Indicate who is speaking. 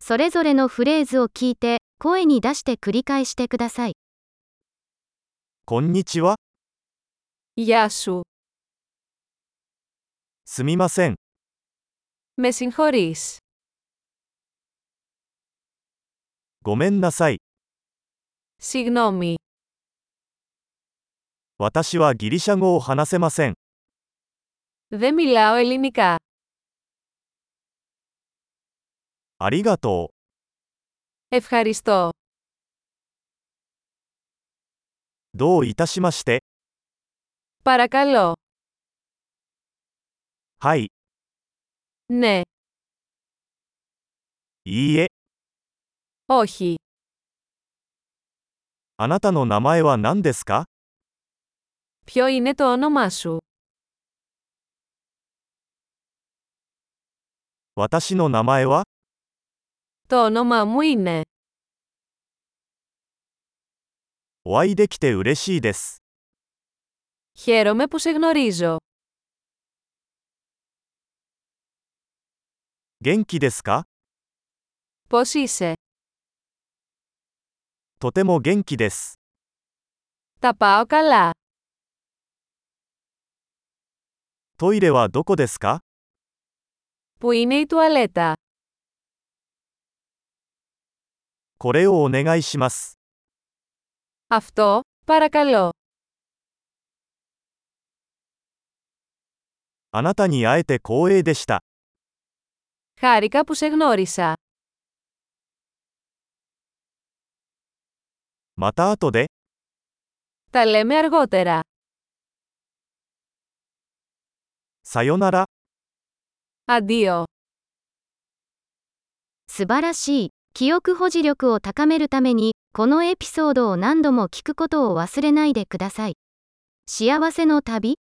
Speaker 1: それぞれのフレーズを聞いて、声に出して繰り返してください。
Speaker 2: こんにちは、
Speaker 3: Γεια σου.
Speaker 2: すみません、
Speaker 3: Με συγχωρείς.
Speaker 2: ごめんなさい、
Speaker 3: Συγγνώμη.
Speaker 2: 私はギリシャ語を話せません。
Speaker 3: Δεν μιλάω ελληνικά.
Speaker 2: ありがとう、
Speaker 3: Ευχαριστώ.
Speaker 2: どういたしまして、
Speaker 3: Παρακαλώ.
Speaker 2: はい、
Speaker 3: Ναι.
Speaker 2: いいえ、
Speaker 3: Όχι.
Speaker 2: あなたの名前は何ですか
Speaker 3: Ποιο είναι το όνομά σου.
Speaker 2: 私の名前は、
Speaker 3: Το όνομά μου είναι.
Speaker 2: お会いできて嬉しいです。
Speaker 3: Χαίρομαι που σε γνωρίζω.
Speaker 2: 元気ですか
Speaker 3: Πώς είσαι.
Speaker 2: とても元気です。
Speaker 3: Τα πάω καλά.
Speaker 2: トイレはどこですか
Speaker 3: Πού είναι η τουαλέτα.
Speaker 2: これをお願いします。
Speaker 3: Αυτό, παρακαλώ.
Speaker 2: あなたに会えて光栄でした。
Speaker 3: Χάρηκα που σε γνώρισα.
Speaker 2: また後で、
Speaker 3: Τα λέμε αργότερα.
Speaker 2: さよなら。
Speaker 3: Αντίο.
Speaker 1: 素晴らしい。記憶保持力を高めるために、このエピソードを何度も聞くことを忘れないでください。幸せの旅